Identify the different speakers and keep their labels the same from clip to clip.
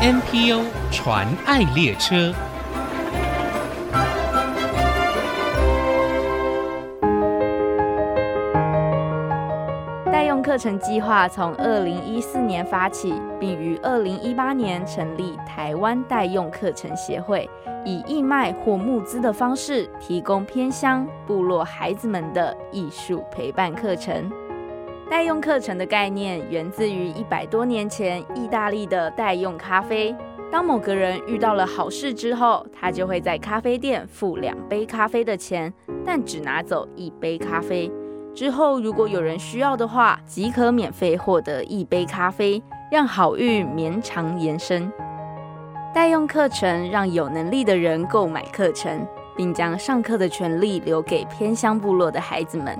Speaker 1: NPO 传爱列车。
Speaker 2: 代用课程计划从二零一四年发起，并于二零一八年成立台湾代用课程协会，以义卖或募资的方式，提供偏乡部落孩子们的艺术陪伴课程。代用课程的概念源自于一百多年前意大利的代用咖啡。当某个人遇到了好事之后，他就会在咖啡店付两杯咖啡的钱，但只拿走一杯咖啡。之后，如果有人需要的话，即可免费获得一杯咖啡，让好运绵长延伸。代用课程让有能力的人购买课程，并将上课的权利留给偏乡部落的孩子们，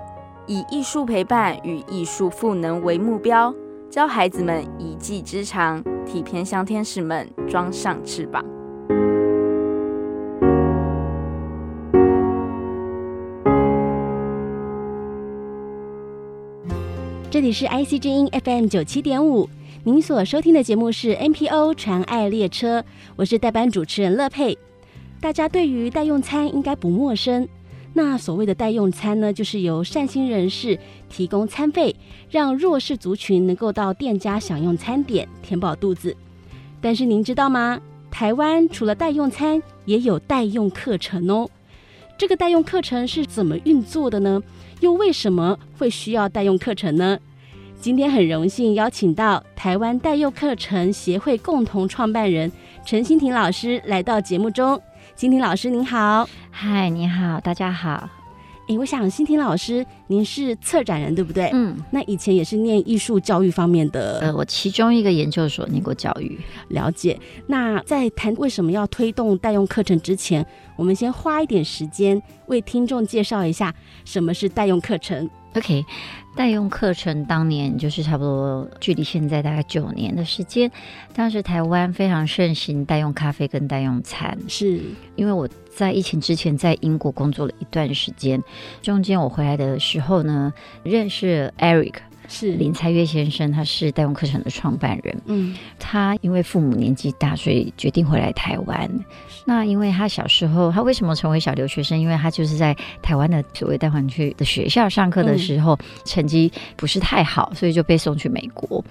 Speaker 2: 以艺术陪伴与艺术赋能为目标，教孩子们一技之长，替偏乡天使们装上翅膀。
Speaker 3: 这里是 IC 之音 FM 九七点五，您所收听的节目是 NPO 传爱列车，我是代班主持人乐佩。大家对于代用餐应该不陌生。那所谓的代用餐呢，就是由善心人士提供餐费，让弱势族群能够到店家享用餐点，填饱肚子。但是您知道吗？台湾除了代用餐，也有代用课程哦。这个代用课程是怎么运作的呢？又为什么会需要代用课程呢？今天很荣幸邀请到台湾代用课程协会共同创办人陈欣婷老师来到节目中。欣婷老师您好，
Speaker 4: 嗨，你好，大家好。
Speaker 3: 诶，哎我想欣婷老师您是策展人对不对？
Speaker 4: 嗯，
Speaker 3: 那以前也是念艺术教育方面的
Speaker 4: 呃，我其中一个研究所念过教育，
Speaker 3: 了解。那在谈为什么要推动代用课程之前，我们先花一点时间为听众介绍一下什么是代用课程。
Speaker 4: OK，代用课程当年就是差不多距离现在大概九年的时间。当时台湾非常盛行代用咖啡跟代用餐，
Speaker 3: 是
Speaker 4: 因为我在疫情之前在英国工作了一段时间，中间我回来的时候呢，认识 Eric
Speaker 3: 是
Speaker 4: 林才月先生，他是代用课程的创办人。
Speaker 3: 嗯
Speaker 4: 他因为父母年纪大，所以决定回来台湾。那因为他小时候，他为什么成为小留学生？因为他就是在台湾的所谓带环区的学校上课的时候，成绩不是太好，所以就被送去美国。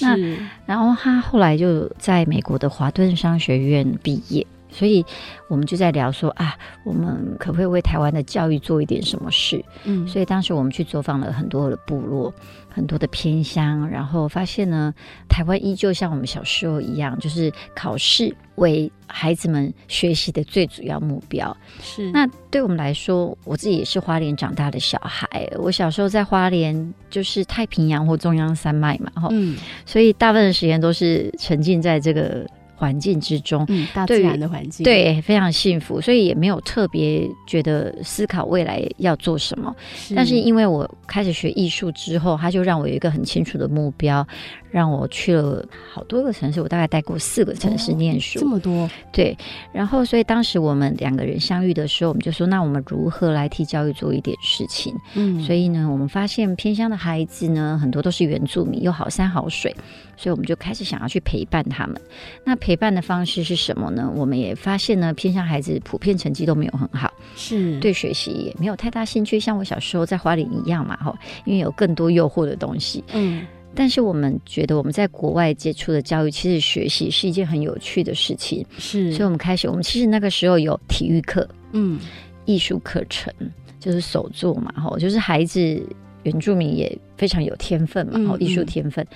Speaker 4: 那
Speaker 3: 是
Speaker 4: 然后他后来就在美国的华顿商学院毕业。所以我们就在聊说啊，我们可不可以为台湾的教育做一点什么事？
Speaker 3: 嗯
Speaker 4: 所以当时我们去走访了很多的部落，很多的偏乡，然后发现呢，台湾依旧像我们小时候一样，就是考试为孩子们学习的最主要目标。
Speaker 3: 是
Speaker 4: 那对我们来说，我自己也是花莲长大的小孩，我小时候在花莲就是太平洋或中央山脉嘛，哈、
Speaker 3: 嗯
Speaker 4: 所以大部分的时间都是沉浸在这个环境之中。
Speaker 3: 嗯大自
Speaker 4: 对于
Speaker 3: 然的环境
Speaker 4: 对，非常幸福，所以也没有特别觉得思考未来要做什么。但是因为我开始学艺术之后，他就让我有一个很清楚的目标，让我去了好多个城市，我大概待过四个城市
Speaker 3: 哦
Speaker 4: 念
Speaker 3: 这
Speaker 4: 书。
Speaker 3: 么多
Speaker 4: 对，然后所以当时我们两个人相遇的时候，我们就说，那我们如何来替教育做一点事情？
Speaker 3: 嗯
Speaker 4: 所以呢，我们发现偏乡的孩子呢，很多都是原住民，又好山好水，所以我们就开始想要去陪伴他们。那陪伴的方式是什么呢？我们也发现呢，偏乡孩子普遍成绩都没有很好。
Speaker 3: 是
Speaker 4: 对学习也没有太大兴趣，像我小时候在花莲一样嘛，哈，因为有更多诱惑的东西。
Speaker 3: 嗯
Speaker 4: 但是我们觉得我们在国外接触的教育，其实学习是一件很有趣的事情，
Speaker 3: 是
Speaker 4: 所以我们开始，我们其实那个时候有体育课、
Speaker 3: 嗯
Speaker 4: 艺术课程，就是手作嘛，哈，就是孩子。原住民也非常有天分嘛，
Speaker 3: 嗯
Speaker 4: 哦，艺术
Speaker 3: 嗯
Speaker 4: 天分，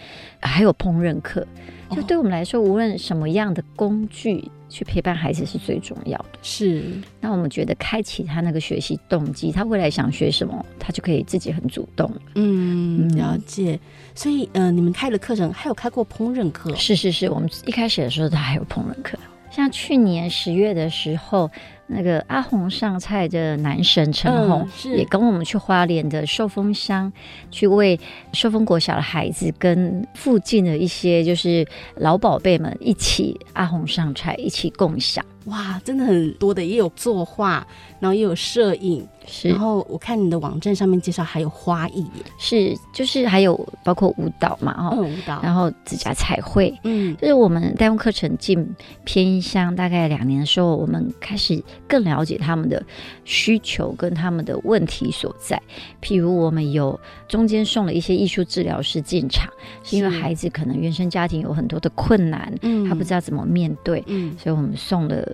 Speaker 4: 还有烹饪课，就
Speaker 3: 哦
Speaker 4: 对我们来说，无论什么样的工具去陪伴孩子是最重要的。
Speaker 3: 是
Speaker 4: 那我们觉得开启他那个学习动机，他未来想学什么，他就可以自己很主动。
Speaker 3: 嗯
Speaker 4: 嗯
Speaker 3: 了解，所以呃你们开了课程，还有开过烹饪课哦，
Speaker 4: 是是是，我们一开始的时候他还有烹饪课，像去年十月的时候，那个阿红上菜的男神陈
Speaker 3: 嗯
Speaker 4: 红。
Speaker 3: 是
Speaker 4: 也跟我们去花莲的寿丰乡去为寿丰国小的孩子跟附近的一些就是老宝贝们一起阿红上菜一起共享，
Speaker 3: 哇，真的很多的，也有作画，然后也有摄影，
Speaker 4: 是
Speaker 3: 然后我看你的网站上面介绍还有花艺耶，
Speaker 4: 是，就是还有包括舞蹈嘛，哈、
Speaker 3: 嗯，舞蹈，
Speaker 4: 哦然后指甲彩绘，
Speaker 3: 嗯
Speaker 4: 就是我们代用课程进偏乡大概两年的时候，我们开始更了解他们的需求跟他们的问题所在。譬如我们有中间送了一些艺术治疗师进场，是因为
Speaker 3: 是
Speaker 4: 孩子可能原生家庭有很多的困难，
Speaker 3: 嗯
Speaker 4: 他不知道怎么面对，
Speaker 3: 嗯
Speaker 4: 所以我们送了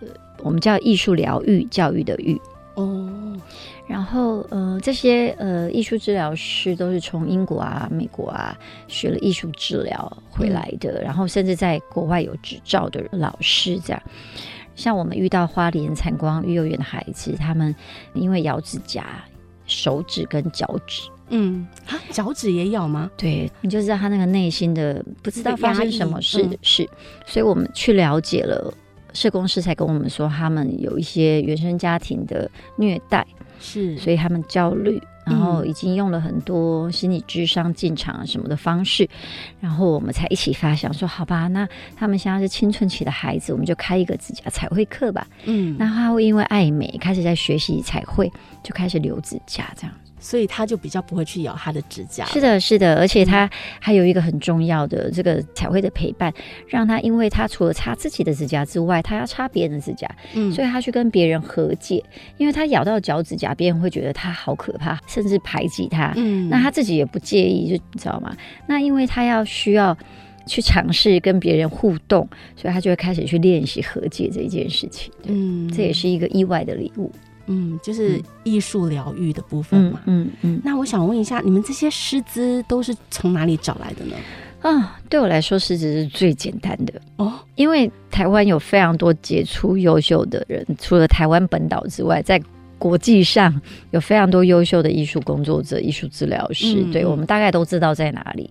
Speaker 4: 我们叫艺术疗愈教育的育。
Speaker 3: 哦，
Speaker 4: 然后，呃，这些呃艺术治疗师都是从英国啊、美国啊学了艺术治疗回来的，然后甚至在国外有执照的老师这样。像我们遇到花莲产光幼儿园的孩子，他们因为咬指甲、手指跟脚趾，
Speaker 3: 嗯，啊，脚趾也咬吗？
Speaker 4: 对你就知道他那个内心的不知道发
Speaker 3: 压
Speaker 4: 生
Speaker 3: 抑
Speaker 4: 什么事的
Speaker 3: 嗯
Speaker 4: 事，所以我们去了解了。社工师才跟我们说，他们有一些原生家庭的虐待，
Speaker 3: 是，
Speaker 4: 所以他们焦虑，然后
Speaker 3: 嗯
Speaker 4: 已经用了很多心理智商进场啊什么的方式，然后我们才一起发想说，好吧，那他们现在是青春期的孩子，我们就开一个指甲彩绘课吧。
Speaker 3: 嗯，
Speaker 4: 那他会因为爱美开始在学习彩绘，就开始留指甲这样。
Speaker 3: 所以他就比较不会去咬他的指甲，
Speaker 4: 是，的，是的，而且他还有一个很重要的这个彩绘的陪伴，让他因为他除了擦自己的指甲之外，他要擦别人的指甲，
Speaker 3: 嗯，
Speaker 4: 所
Speaker 3: 以
Speaker 4: 以他去跟别人和解，因为他咬到脚趾甲，别人会觉得他好可怕，甚至排挤他。
Speaker 3: 嗯，
Speaker 4: 那他自己也不介意，就你知道吗？那因为他要需要去尝试跟别人互动，所以他就会开始去练习和解这一件事情。对，
Speaker 3: 嗯，
Speaker 4: 这也是一个意外的礼物。
Speaker 3: 嗯，就是
Speaker 4: 嗯
Speaker 3: 艺术疗愈的部分
Speaker 4: 嗯
Speaker 3: 嘛。
Speaker 4: 嗯嗯。
Speaker 3: 那我想问一下，你们这些师资都是从哪里找来的呢？
Speaker 4: 啊，对我来说，狮子是最简单的。
Speaker 3: 哦，
Speaker 4: 因为台湾有非常多杰出优秀的人，除了台湾本岛之外，在国际上有非常多优秀的艺术工作者、艺术治疗师，
Speaker 3: 嗯
Speaker 4: 对
Speaker 3: 嗯
Speaker 4: 我们大概都知道在哪里。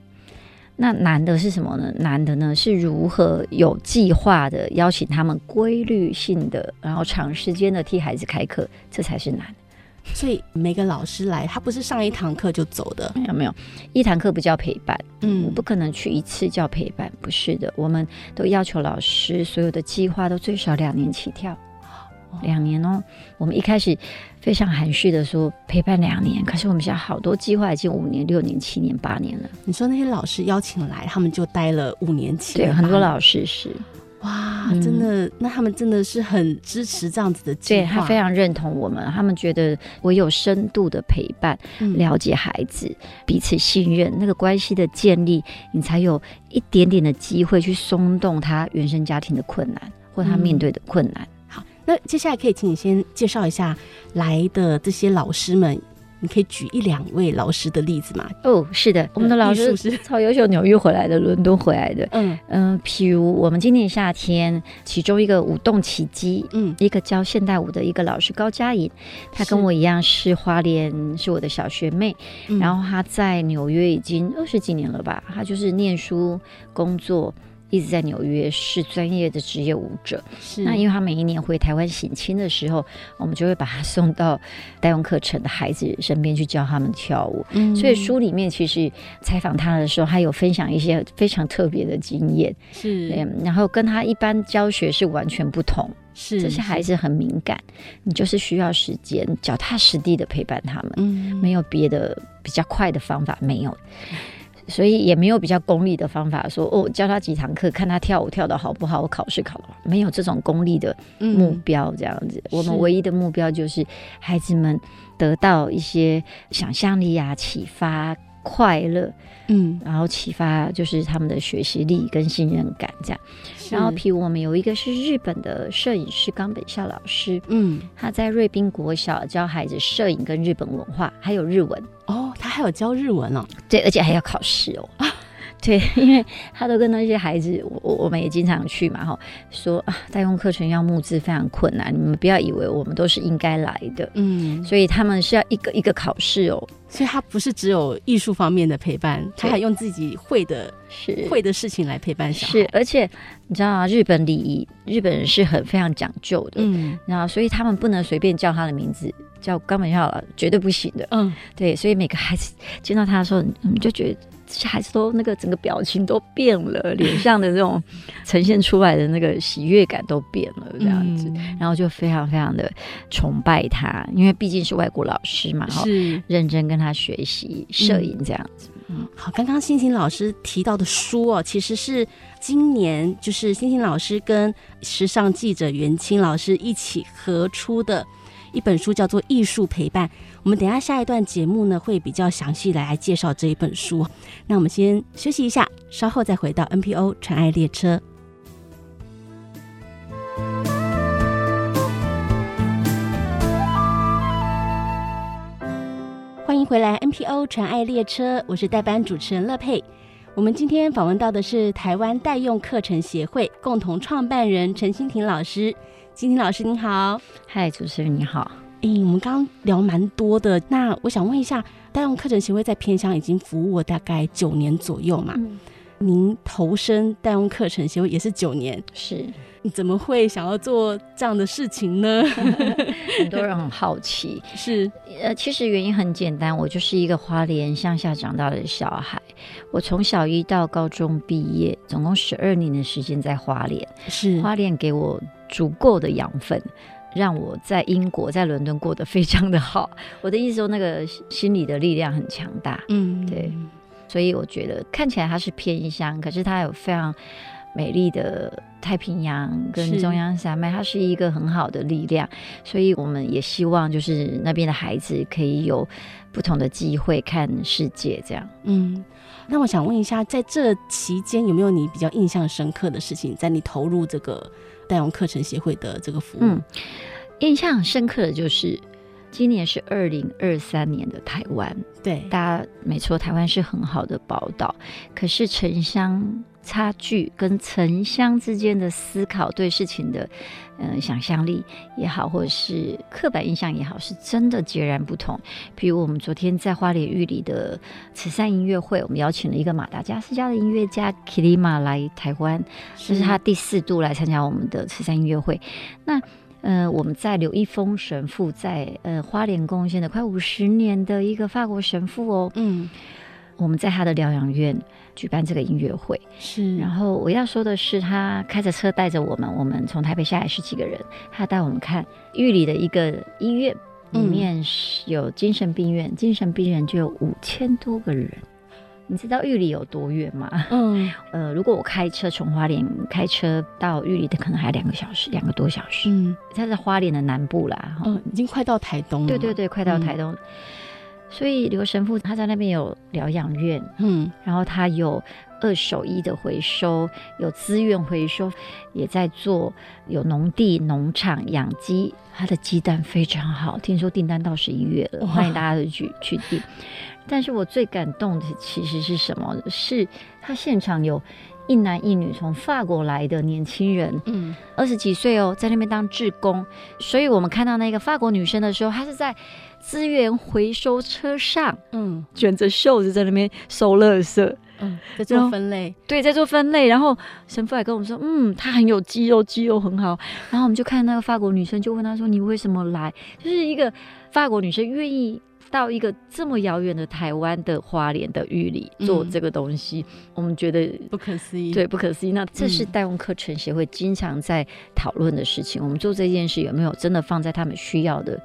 Speaker 4: 那难的是什么呢？难的呢是如何有计划的邀请他们规律性的，然后长时间的替孩子开课，这才是难。
Speaker 3: 所以每个老师来，他不是上一堂课就走的，
Speaker 4: 没有没有，一堂课不叫陪伴，
Speaker 3: 嗯
Speaker 4: 我不可能去一次叫陪伴，不是的，我们都要求老师所有的计划都最少两年起跳，两年哦。我们一开始非常含蓄的说陪伴两年，可是我们现在好多计划已经五年、六年、七年、八年了。
Speaker 3: 你说那些老师邀请来，他们就待了五年期，
Speaker 4: 对，很多
Speaker 3: 八年
Speaker 4: 老师是，
Speaker 3: 哇，
Speaker 4: 嗯
Speaker 3: 真的，那他们真的是很支持这样子的计
Speaker 4: 对
Speaker 3: 划，
Speaker 4: 他非常认同我们，他们觉得唯有深度的陪伴，
Speaker 3: 嗯
Speaker 4: 了解孩子，彼此信任，那个关系的建立，你才有一点点的机会去松动他原生家庭的困难或他
Speaker 3: 嗯
Speaker 4: 面对的困难。
Speaker 3: 好。那接下来可以请你先介绍一下来的这些老师们，你可以举一两位老师的例子吗？
Speaker 4: 哦，是的，我们的老
Speaker 3: 艺术
Speaker 4: 师
Speaker 3: 是，
Speaker 4: 超优秀，纽约回来的，伦敦回来的。
Speaker 3: 嗯
Speaker 4: 嗯，譬如我们今年夏天，其中一个舞动奇迹，
Speaker 3: 嗯，
Speaker 4: 一个教现代舞的一个老师高佳颖，她跟
Speaker 3: 是
Speaker 4: 我一样是花莲，是我的小学妹。
Speaker 3: 嗯
Speaker 4: 然后她在纽约已经二十几年了吧，她就是念书、工作，一直在纽约，是专业的职业舞者。
Speaker 3: 是
Speaker 4: 那因为他每一年回台湾省亲的时候，我们就会把他送到代用课程的孩子身边去教他们跳舞。
Speaker 3: 嗯
Speaker 4: 所以书里面其实采访他的时候，他有分享一些非常特别的经验，
Speaker 3: 是
Speaker 4: 嗯，然后跟他一般教学是完全不同。
Speaker 3: 是
Speaker 4: 这些孩
Speaker 3: 子，
Speaker 4: 子很敏感，你就是需要时间，脚踏实地的陪伴他们，
Speaker 3: 嗯
Speaker 4: 没有别的比较快的方法，没有。所以也没有比较功利的方法，说哦，教他几堂课，看他跳舞跳得好不好，我考试考得好，没有这种功利的目标这样子。我
Speaker 3: 嗯
Speaker 4: 们
Speaker 3: 是
Speaker 4: 唯一的目标就是孩子们得到一些想象力啊，启发快乐，
Speaker 3: 嗯，
Speaker 4: 然后启发就是他们的学习力跟信任感这样。
Speaker 3: 是
Speaker 4: 然后，譬如我们有一个是日本的摄影师冈本孝老师，
Speaker 3: 嗯
Speaker 4: 他在瑞滨国小教孩子摄影跟日本文化，还有日文，
Speaker 3: 哦，他还有教日文哦，
Speaker 4: 对，而且还要考试哦。
Speaker 3: 啊
Speaker 4: 对， 因为他都跟那些孩子，我我我们也经常去嘛，哈，说啊，代用课程要募资非常困难，你们不要以为我们都是应该来的，
Speaker 3: 嗯，
Speaker 4: 所以他们是要一个一个考试哦，
Speaker 3: 所以他不是只有艺术方面的陪伴，他
Speaker 4: 对
Speaker 3: 还用自己会的
Speaker 4: 是
Speaker 3: 会的事情来陪伴小孩，
Speaker 4: 是，而且你知道啊，日本礼仪，日本人是很非常讲究的，
Speaker 3: 嗯
Speaker 4: 然后所以他们不能随便叫他的名字，叫冈本孝老，绝对不行的，
Speaker 3: 嗯，
Speaker 4: 嗯对，所以每个孩子见到他的时候，你就觉得孩子都那个整个表情都变了，脸上的 那种呈现出来的那个喜悦感都变了，这样子，
Speaker 3: 嗯
Speaker 4: 然后就非常非常的崇拜他，因为毕竟是外国老师嘛，哈，
Speaker 3: 是嗯
Speaker 4: 认真跟他学习摄影这样子，
Speaker 3: 好，刚刚欣欣老师提到的书哦，其实是今年就是欣欣老师跟时尚记者袁清老师一起合出的一本书，叫做《艺术陪伴》。我们等一下下一段节目呢，会比较详细地来介绍这一本书。那我们先休息一下，稍后再回到 NPO 传爱列车。欢迎回来 NPO 传爱列车，我是代班主持人乐佩。我们今天访问到的是台湾代用课程协会共同创办人陈欣婷老师。欣婷老师您好，
Speaker 4: 嗨，主持人你好。
Speaker 3: 诶，我们刚刚聊蛮多的，那我想问一下，代用课程协会在偏乡已经服务了大概九年左右嘛？
Speaker 4: 嗯
Speaker 3: 您投身代用课程协会也是九年，
Speaker 4: 是
Speaker 3: 你怎么会想要做这样的事情呢？
Speaker 4: 很多人很好奇，
Speaker 3: 是
Speaker 4: 呃，其实原因很简单，我就是一个花莲乡下长大的小孩，我从小一到高中毕业，总共十二年的时间在花莲，
Speaker 3: 是
Speaker 4: 花莲给我足够的养分。让我在英国、在伦敦过得非常的好。 我的意思说，那个心理的力量很强大，
Speaker 3: 嗯
Speaker 4: 对所以我觉得看起来它是偏乡，可是它有非常美丽的太平洋跟
Speaker 3: 是
Speaker 4: 中央山脉，它是一个很好的力量。所以我们也希望就是那边的孩子可以有不同的机会看世界，这样。
Speaker 3: 嗯，那我想问一下，在这期间有没有你比较印象深刻的事情，在你投入这个代用课程协会的这个服务？
Speaker 4: 嗯，印象深刻的就是今年是二零二三年的台湾，
Speaker 3: 对，
Speaker 4: 大家没错，台湾是很好的宝岛，可是城乡差距跟城乡之间的思考对事情的，嗯、想象力也好，或者是刻板印象也好，是真的截然不同。比如我们昨天在花莲玉里的慈善音乐会，我们邀请了一个马达加斯加的音乐家 Kilima 来台湾，这是
Speaker 3: 嗯
Speaker 4: 他第四度来参加我们的慈善音乐会。那呃，我们在刘一峰神父在呃花莲贡献了快五十年的一个法国神父哦，
Speaker 3: 嗯
Speaker 4: 我们在他的疗养院举办这个音乐会。
Speaker 3: 是，
Speaker 4: 然后我要说的是，他开着车带着我们，我们从台北下来十几个人，他带我们看玉里的一个医院，里
Speaker 3: 嗯
Speaker 4: 面是有精神病院，精神病人就有五千多个人。你知道玉里有多远吗？
Speaker 3: 嗯
Speaker 4: 呃，如果我开车从花莲开车到玉里的，可能还两个小时，两个多小时。
Speaker 3: 嗯
Speaker 4: 它在花莲的南部啦，哈、
Speaker 3: 嗯，已经快到台东了，
Speaker 4: 对对，对，快到
Speaker 3: 嗯
Speaker 4: 台东。所以刘神父他在那边有疗养院，
Speaker 3: 嗯
Speaker 4: 然后他有二手衣的回收，有资源回收，也在做有农地、农场养鸡，他的鸡蛋非常好，听说订单到十一月了，
Speaker 3: 哇
Speaker 4: 欢迎大家去去订。但是我最感动的其实是什么？是他现场有一男一女从法国来的年轻人，
Speaker 3: 嗯
Speaker 4: 二十几岁哦，在那边当志工，所以我们看到那个法国女生的时候，她是在资源回收车上
Speaker 3: 嗯
Speaker 4: 卷着袖子在那边收垃圾，
Speaker 3: 嗯，在
Speaker 4: 然
Speaker 3: 做
Speaker 4: 后
Speaker 3: 分类，
Speaker 4: 对，在做分类。然后神父还跟我们说，嗯，她很有肌肉，肌肉很好。然后我们就看那个法国女生，就问她说：“你为什么来？”就是一个法国女生愿意。到一个这么遥远的台湾的花莲的玉里做
Speaker 3: 嗯
Speaker 4: 这个东西，我们觉得
Speaker 3: 不可思议，
Speaker 4: 对，，不可思议。那嗯这是
Speaker 3: 嗯
Speaker 4: 代用课程协会经常在讨论的事情。我们做这件事有没有真的放在他们需要的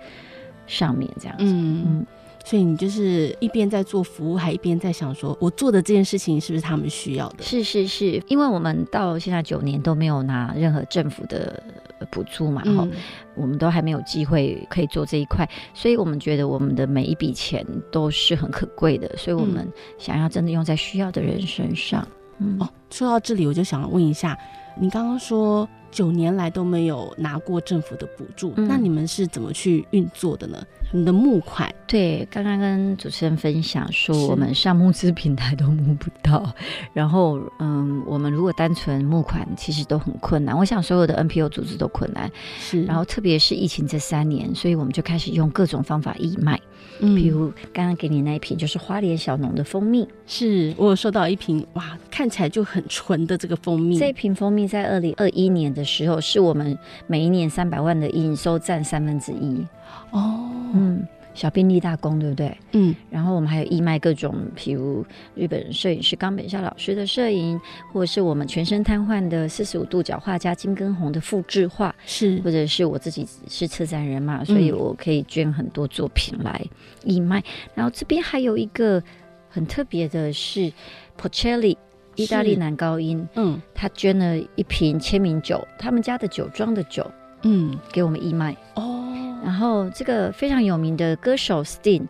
Speaker 4: 上面？这样子，
Speaker 3: 嗯。
Speaker 4: 嗯
Speaker 3: 所以你就是一边在做服务，还一边在想说，我做的这件事情是不是他们需要的？
Speaker 4: 是是是，因为我们到现在九年都没有拿任何政府的呃补助嘛，哈、
Speaker 3: 嗯
Speaker 4: 我们都还没有机会可以做这一块，所以我们觉得我们的每一笔钱都是很可贵的，所以我们想要真的用在需要的人身上。嗯，
Speaker 3: 嗯哦，说到这里，我就想问一下，你刚刚说九年来都没有拿过政府的补助，
Speaker 4: 嗯
Speaker 3: 那你们是怎么去运作的呢？你的募款，
Speaker 4: 对，刚刚跟主持人分享说，
Speaker 3: 是
Speaker 4: 我们上募资平台都募不到， 然后嗯，我们如果单纯募款，其实都很困难。我想所有的 NPO 组织都困难，
Speaker 3: 是
Speaker 4: 然后特别是疫情这三年，所以我们就开始用各种方法义卖，
Speaker 3: 嗯
Speaker 4: 比如刚刚给你那一瓶就是花莲小农的蜂蜜，
Speaker 3: 是我有收到一瓶哇，看起来就很纯的这个蜂蜜，
Speaker 4: 这瓶蜂蜜在二零二一年的时候，是我们每一年三百万的营收占三分之一，
Speaker 3: 哦，
Speaker 4: 嗯。小兵立大功，对不对？
Speaker 3: 嗯
Speaker 4: 然后我们还有义卖各种，譬如日本摄影师冈本孝老师的摄影，或者是我们全身瘫痪的四十五度角画家金根红的复制画，
Speaker 3: 是
Speaker 4: 或者是我自己是策展人嘛，所以我可以捐很多作品来义卖。然后这边还有一个很特别的是 Pocelli，意大利
Speaker 3: 是
Speaker 4: 男高音，
Speaker 3: 嗯
Speaker 4: 他捐了一瓶签名酒，他们家的酒庄的酒
Speaker 3: 嗯
Speaker 4: 给我们义卖。
Speaker 3: 哦
Speaker 4: 然后这个非常有名的歌手 Sting，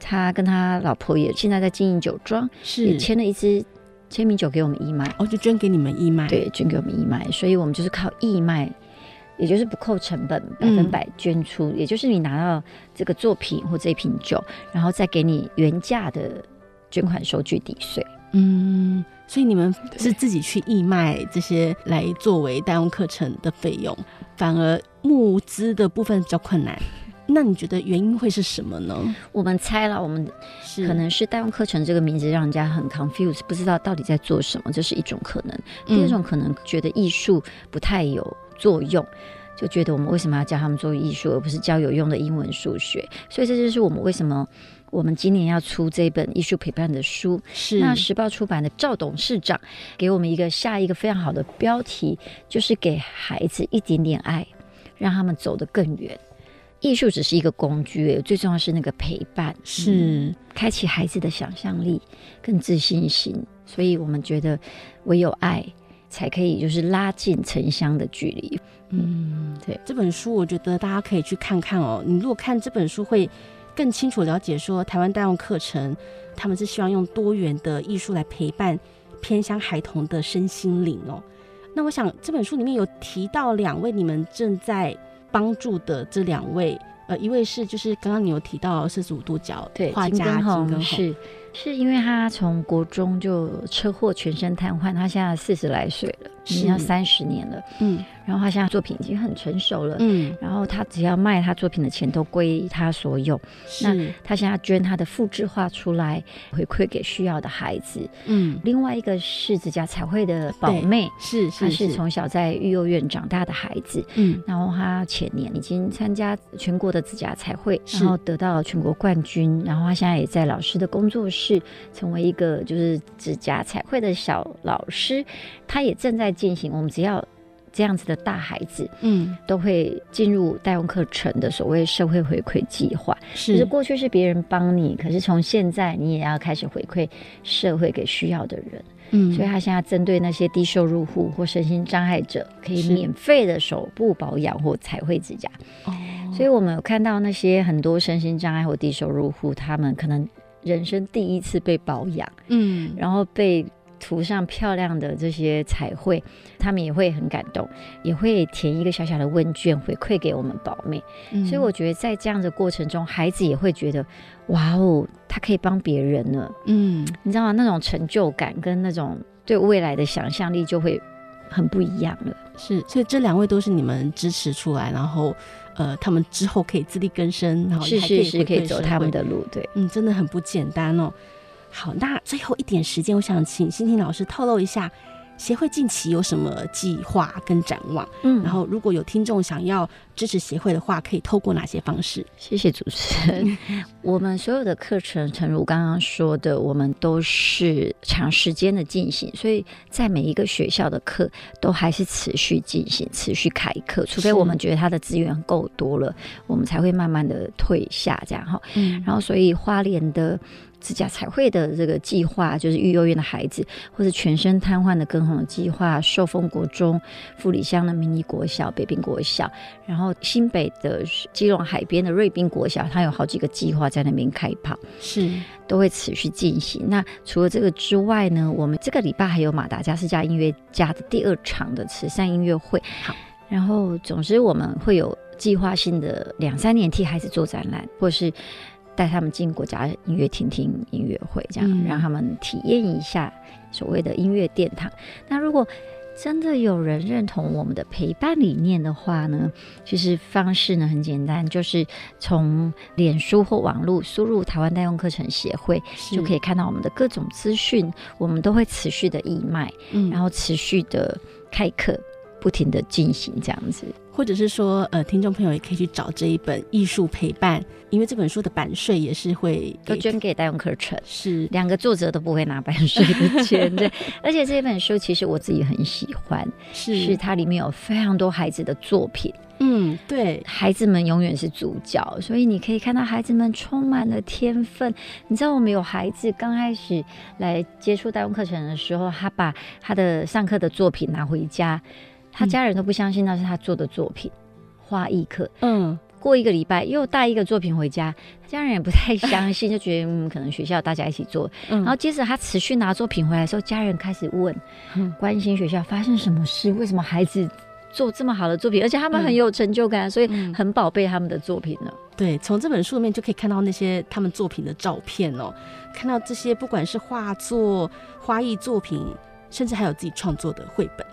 Speaker 4: 他跟他老婆也现在在经营酒庄，也
Speaker 3: 是
Speaker 4: 签了一支签名酒给我们义卖，
Speaker 3: 哦就捐给你们义卖
Speaker 4: 对，捐给我们义卖，所以我们就是靠义卖。也就是不扣成本，百
Speaker 3: 嗯
Speaker 4: 分百捐出，也就是你拿到这个作品或这一瓶酒，然后再给你原价的捐款收据抵税。
Speaker 3: 嗯，所以你们是自己去义卖这些来作为代用课程的费用，反而募资的部分比较困 难。那你觉得原因会是什么呢？
Speaker 4: 我们猜了，我们
Speaker 3: 是
Speaker 4: 可能是代用课程这个名字让人家很 confused，不知道到底在做什么，这是一种可能。
Speaker 3: 嗯
Speaker 4: 第二种可能觉得艺术不太有作用，就觉得我们为什么要教他们做艺术，而不是教有用的英文、数学？所以这就是我们为什么我们今年要出这本艺术陪伴的书。
Speaker 3: 嗯是
Speaker 4: 那时报出版的赵董事长给我们一个下一个非常好的标题，就是给孩子一点点爱，让他们走得更远。艺术只是一个工具，最重要是那个陪伴。嗯
Speaker 3: 是
Speaker 4: 开启孩子的想象力跟自信心，所以我们觉得唯有爱才可以就是拉近城乡的距离。
Speaker 3: 嗯，
Speaker 4: 对
Speaker 3: 这本书，我觉得大家可以去看看哦。你如果看这本书，会更清楚了解说台湾大用课程，他们是希望用多元的艺术来陪伴偏乡孩童的身心灵哦。那我想这本书里面有提到两位你们正在帮助的这两位，呃，一位是就是刚刚你有提到四十五度角画
Speaker 4: 金
Speaker 3: 家
Speaker 4: 根
Speaker 3: 金
Speaker 4: 红
Speaker 3: 根红，
Speaker 4: 是是因为他从国中就车祸全身瘫痪，他现在四十来岁了，已
Speaker 3: 是
Speaker 4: 经要三十年了。
Speaker 3: 嗯
Speaker 4: 然后他现在作品已经很成熟了，
Speaker 3: 嗯，
Speaker 4: 然后他只要卖他作品的钱都归他所有。那
Speaker 3: 是
Speaker 4: 他现在捐他的复制画出来，回馈给需要的孩子。
Speaker 3: 嗯
Speaker 4: 另外一个是指甲彩绘的宝
Speaker 3: 对
Speaker 4: 妹，
Speaker 3: 是
Speaker 4: 他
Speaker 3: 是
Speaker 4: 是从小在育幼院长大的孩子，
Speaker 3: 嗯
Speaker 4: 然后他前年已经参加全国的指甲彩绘，
Speaker 3: 是
Speaker 4: 然后得到全国冠军，然后他现在也在老师的工作室成为一个就是指甲彩绘的小老师，他也正在进行。我们只要这样子的大孩子
Speaker 3: 嗯
Speaker 4: 都会进入代用课程的所谓社会回馈计划，就是是过去是别人帮你，可是从现在你也要开始回馈社会给需要的人。
Speaker 3: 嗯
Speaker 4: 所以他现在针对那些低收入户或身心障碍者，可以
Speaker 3: 是
Speaker 4: 免费的手部保养或彩绘指甲。
Speaker 3: 哦
Speaker 4: 所以我们有看到那些很多身心障碍或低收入户，他们可能人生第一次被保养，
Speaker 3: 嗯
Speaker 4: 然后被涂上漂亮的这些彩绘，他们也会很感动，也会填一个小小的问卷回馈给我们宝妹。
Speaker 3: 嗯
Speaker 4: 所以我觉得在这样的过程中，孩子也会觉得，哇哦，他可以帮别人了。
Speaker 3: 嗯
Speaker 4: 你知道吗？那种成就感跟那种对未来的想象力就会很不一样了。
Speaker 3: 是，所以这两位都是你们支持出来，然后呃，他们之后可以自力更生，然后
Speaker 4: 是
Speaker 3: 哦还可以
Speaker 4: 是是，
Speaker 3: 回
Speaker 4: 可以
Speaker 3: 馈
Speaker 4: 走
Speaker 3: 社
Speaker 4: 他们
Speaker 3: 会，
Speaker 4: 的路，对。
Speaker 3: 嗯，真的很不简单哦。好，那最后一点时间，我想请欣婷老师透露一下协会近期有什么计划跟展望，
Speaker 4: 嗯
Speaker 3: 然后如果有听众想要支持协会的话，可以透过哪些方式？
Speaker 4: 谢谢主 持人。我们所有的课程，诚如刚刚说的，我们都是长时间的进行，所以在每一个学校的课都还是持续进行、持续开课，除非
Speaker 3: 是
Speaker 4: 我们觉得它的资源够多了，我们才会慢慢的退下这样哈。
Speaker 3: 嗯
Speaker 4: 然后所以花莲的指甲彩绘的这个计划，就是育幼院的孩子，或者全身瘫痪的跟红的计划，寿丰国中、富里乡的明尼国小、北滨国小，然后新北的基隆海边的瑞滨国小，它有好几个计划在那边开跑，
Speaker 3: 是
Speaker 4: 都会持续进行。那除了这个之外呢，我们这个礼拜还有马达加斯加音乐家的第二场的慈善音乐会。
Speaker 3: 好，
Speaker 4: 然后总之我们会有计划性的两三年替孩子做展览，或是带他们进国家音乐厅听音乐会，这样、
Speaker 3: 嗯
Speaker 4: 让他们体验一下所谓的音乐殿堂。那如果真的有人认同我们的陪伴理念的话呢，其实方式呢很简单，就是从脸书或网络输入台湾代用课程协会，就可
Speaker 3: 以，
Speaker 4: 以看到我们的各种资讯。我们都会持续的义卖，
Speaker 3: 嗯
Speaker 4: 然后持续的开课，不停的进行这样子。
Speaker 3: 或者是说，呃，听众朋友也可以去找这一本《艺术陪伴》，因为这本书的版税也是会
Speaker 4: 都捐给戴用课程。
Speaker 3: 是
Speaker 4: 两个作者都不会拿版税的 钱，对。而且这本书其实我自己很喜欢，
Speaker 3: 是
Speaker 4: 是它里面有非常多孩子的作品，
Speaker 3: 嗯，对，
Speaker 4: 孩子们永远是主角，所以你可以看到孩子们充满了天分。你知道，我们有孩子刚开始来接触代用课程的时候，他把他的上课的作品拿回家，他家人都不相信那是他做的作品，画艺课。
Speaker 3: 嗯，
Speaker 4: 过一个礼拜又带一个作品回家，他家人也不太相信，就觉得嗯，可能学校大家一起做。
Speaker 3: 嗯
Speaker 4: 然后接着他持续拿作品回来的时候，家人开始问，
Speaker 3: 嗯
Speaker 4: 关心学校发生什么事，为什么孩子做这么好的作品，而且他们很有成就感，所以
Speaker 3: 嗯
Speaker 4: 很宝贝他们的作品呢。
Speaker 3: 对，从这本书里面就可以看到那些他们作品的照片哦，看到这些不管是画作、花艺作品，甚至还有自己创作的绘本，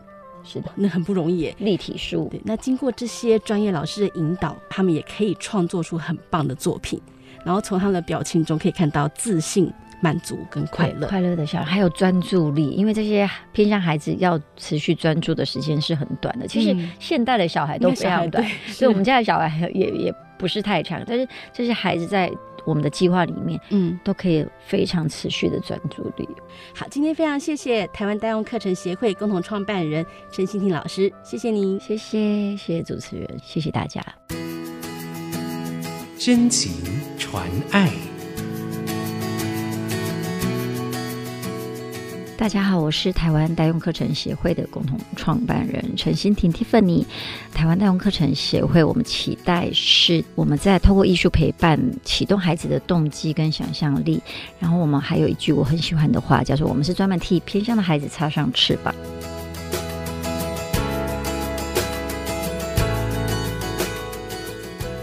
Speaker 4: 是的，
Speaker 3: 那很不容易耶。
Speaker 4: 立体书
Speaker 3: 对，那经过这些专业老师的引导，他们也可以创作出很棒的作品，然后从他们的表情中可以看到自信、满足跟快乐。
Speaker 4: 快乐的小孩，还有专注力，因为这些偏向孩子要持续专注的时间是很短的。其实
Speaker 3: 嗯
Speaker 4: 现代的小孩都
Speaker 3: 因为
Speaker 4: 非
Speaker 3: 小孩
Speaker 4: 常 短，嗯
Speaker 3: 对，
Speaker 4: 所以我们
Speaker 3: 家
Speaker 4: 家的小孩也也不是太长，但是这些孩子在我们的计划里面
Speaker 3: 嗯，
Speaker 4: 都可以非常持续的专注力。
Speaker 3: 好，今天非常谢谢台湾代用课程协会共同创办人陈欣婷老师，谢谢您。
Speaker 4: 谢谢，谢谢主持人，谢谢大家。
Speaker 1: 真情传爱。
Speaker 4: 大家好，我是台湾代用课程协会的共同创办人陈欣婷 Tiffany。台湾代用课程协会，我们期待是我们在透过艺术陪伴，启动孩子的动机跟想象力。然后我们还有一句我很喜欢的话，叫做“我们是专门替偏向的孩子插上翅膀”。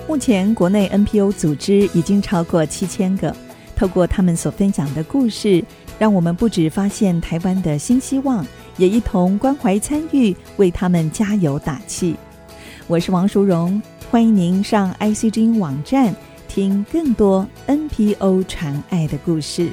Speaker 5: 目前，国内 NPO 组织已经超过七千个。透过他们所分享的故事，让我们不止发现台湾的新希望，也一同关怀参与，为他们加油打气。我是王淑荣，欢迎您上 IC 之音网站听更多 NPO 传爱的故事。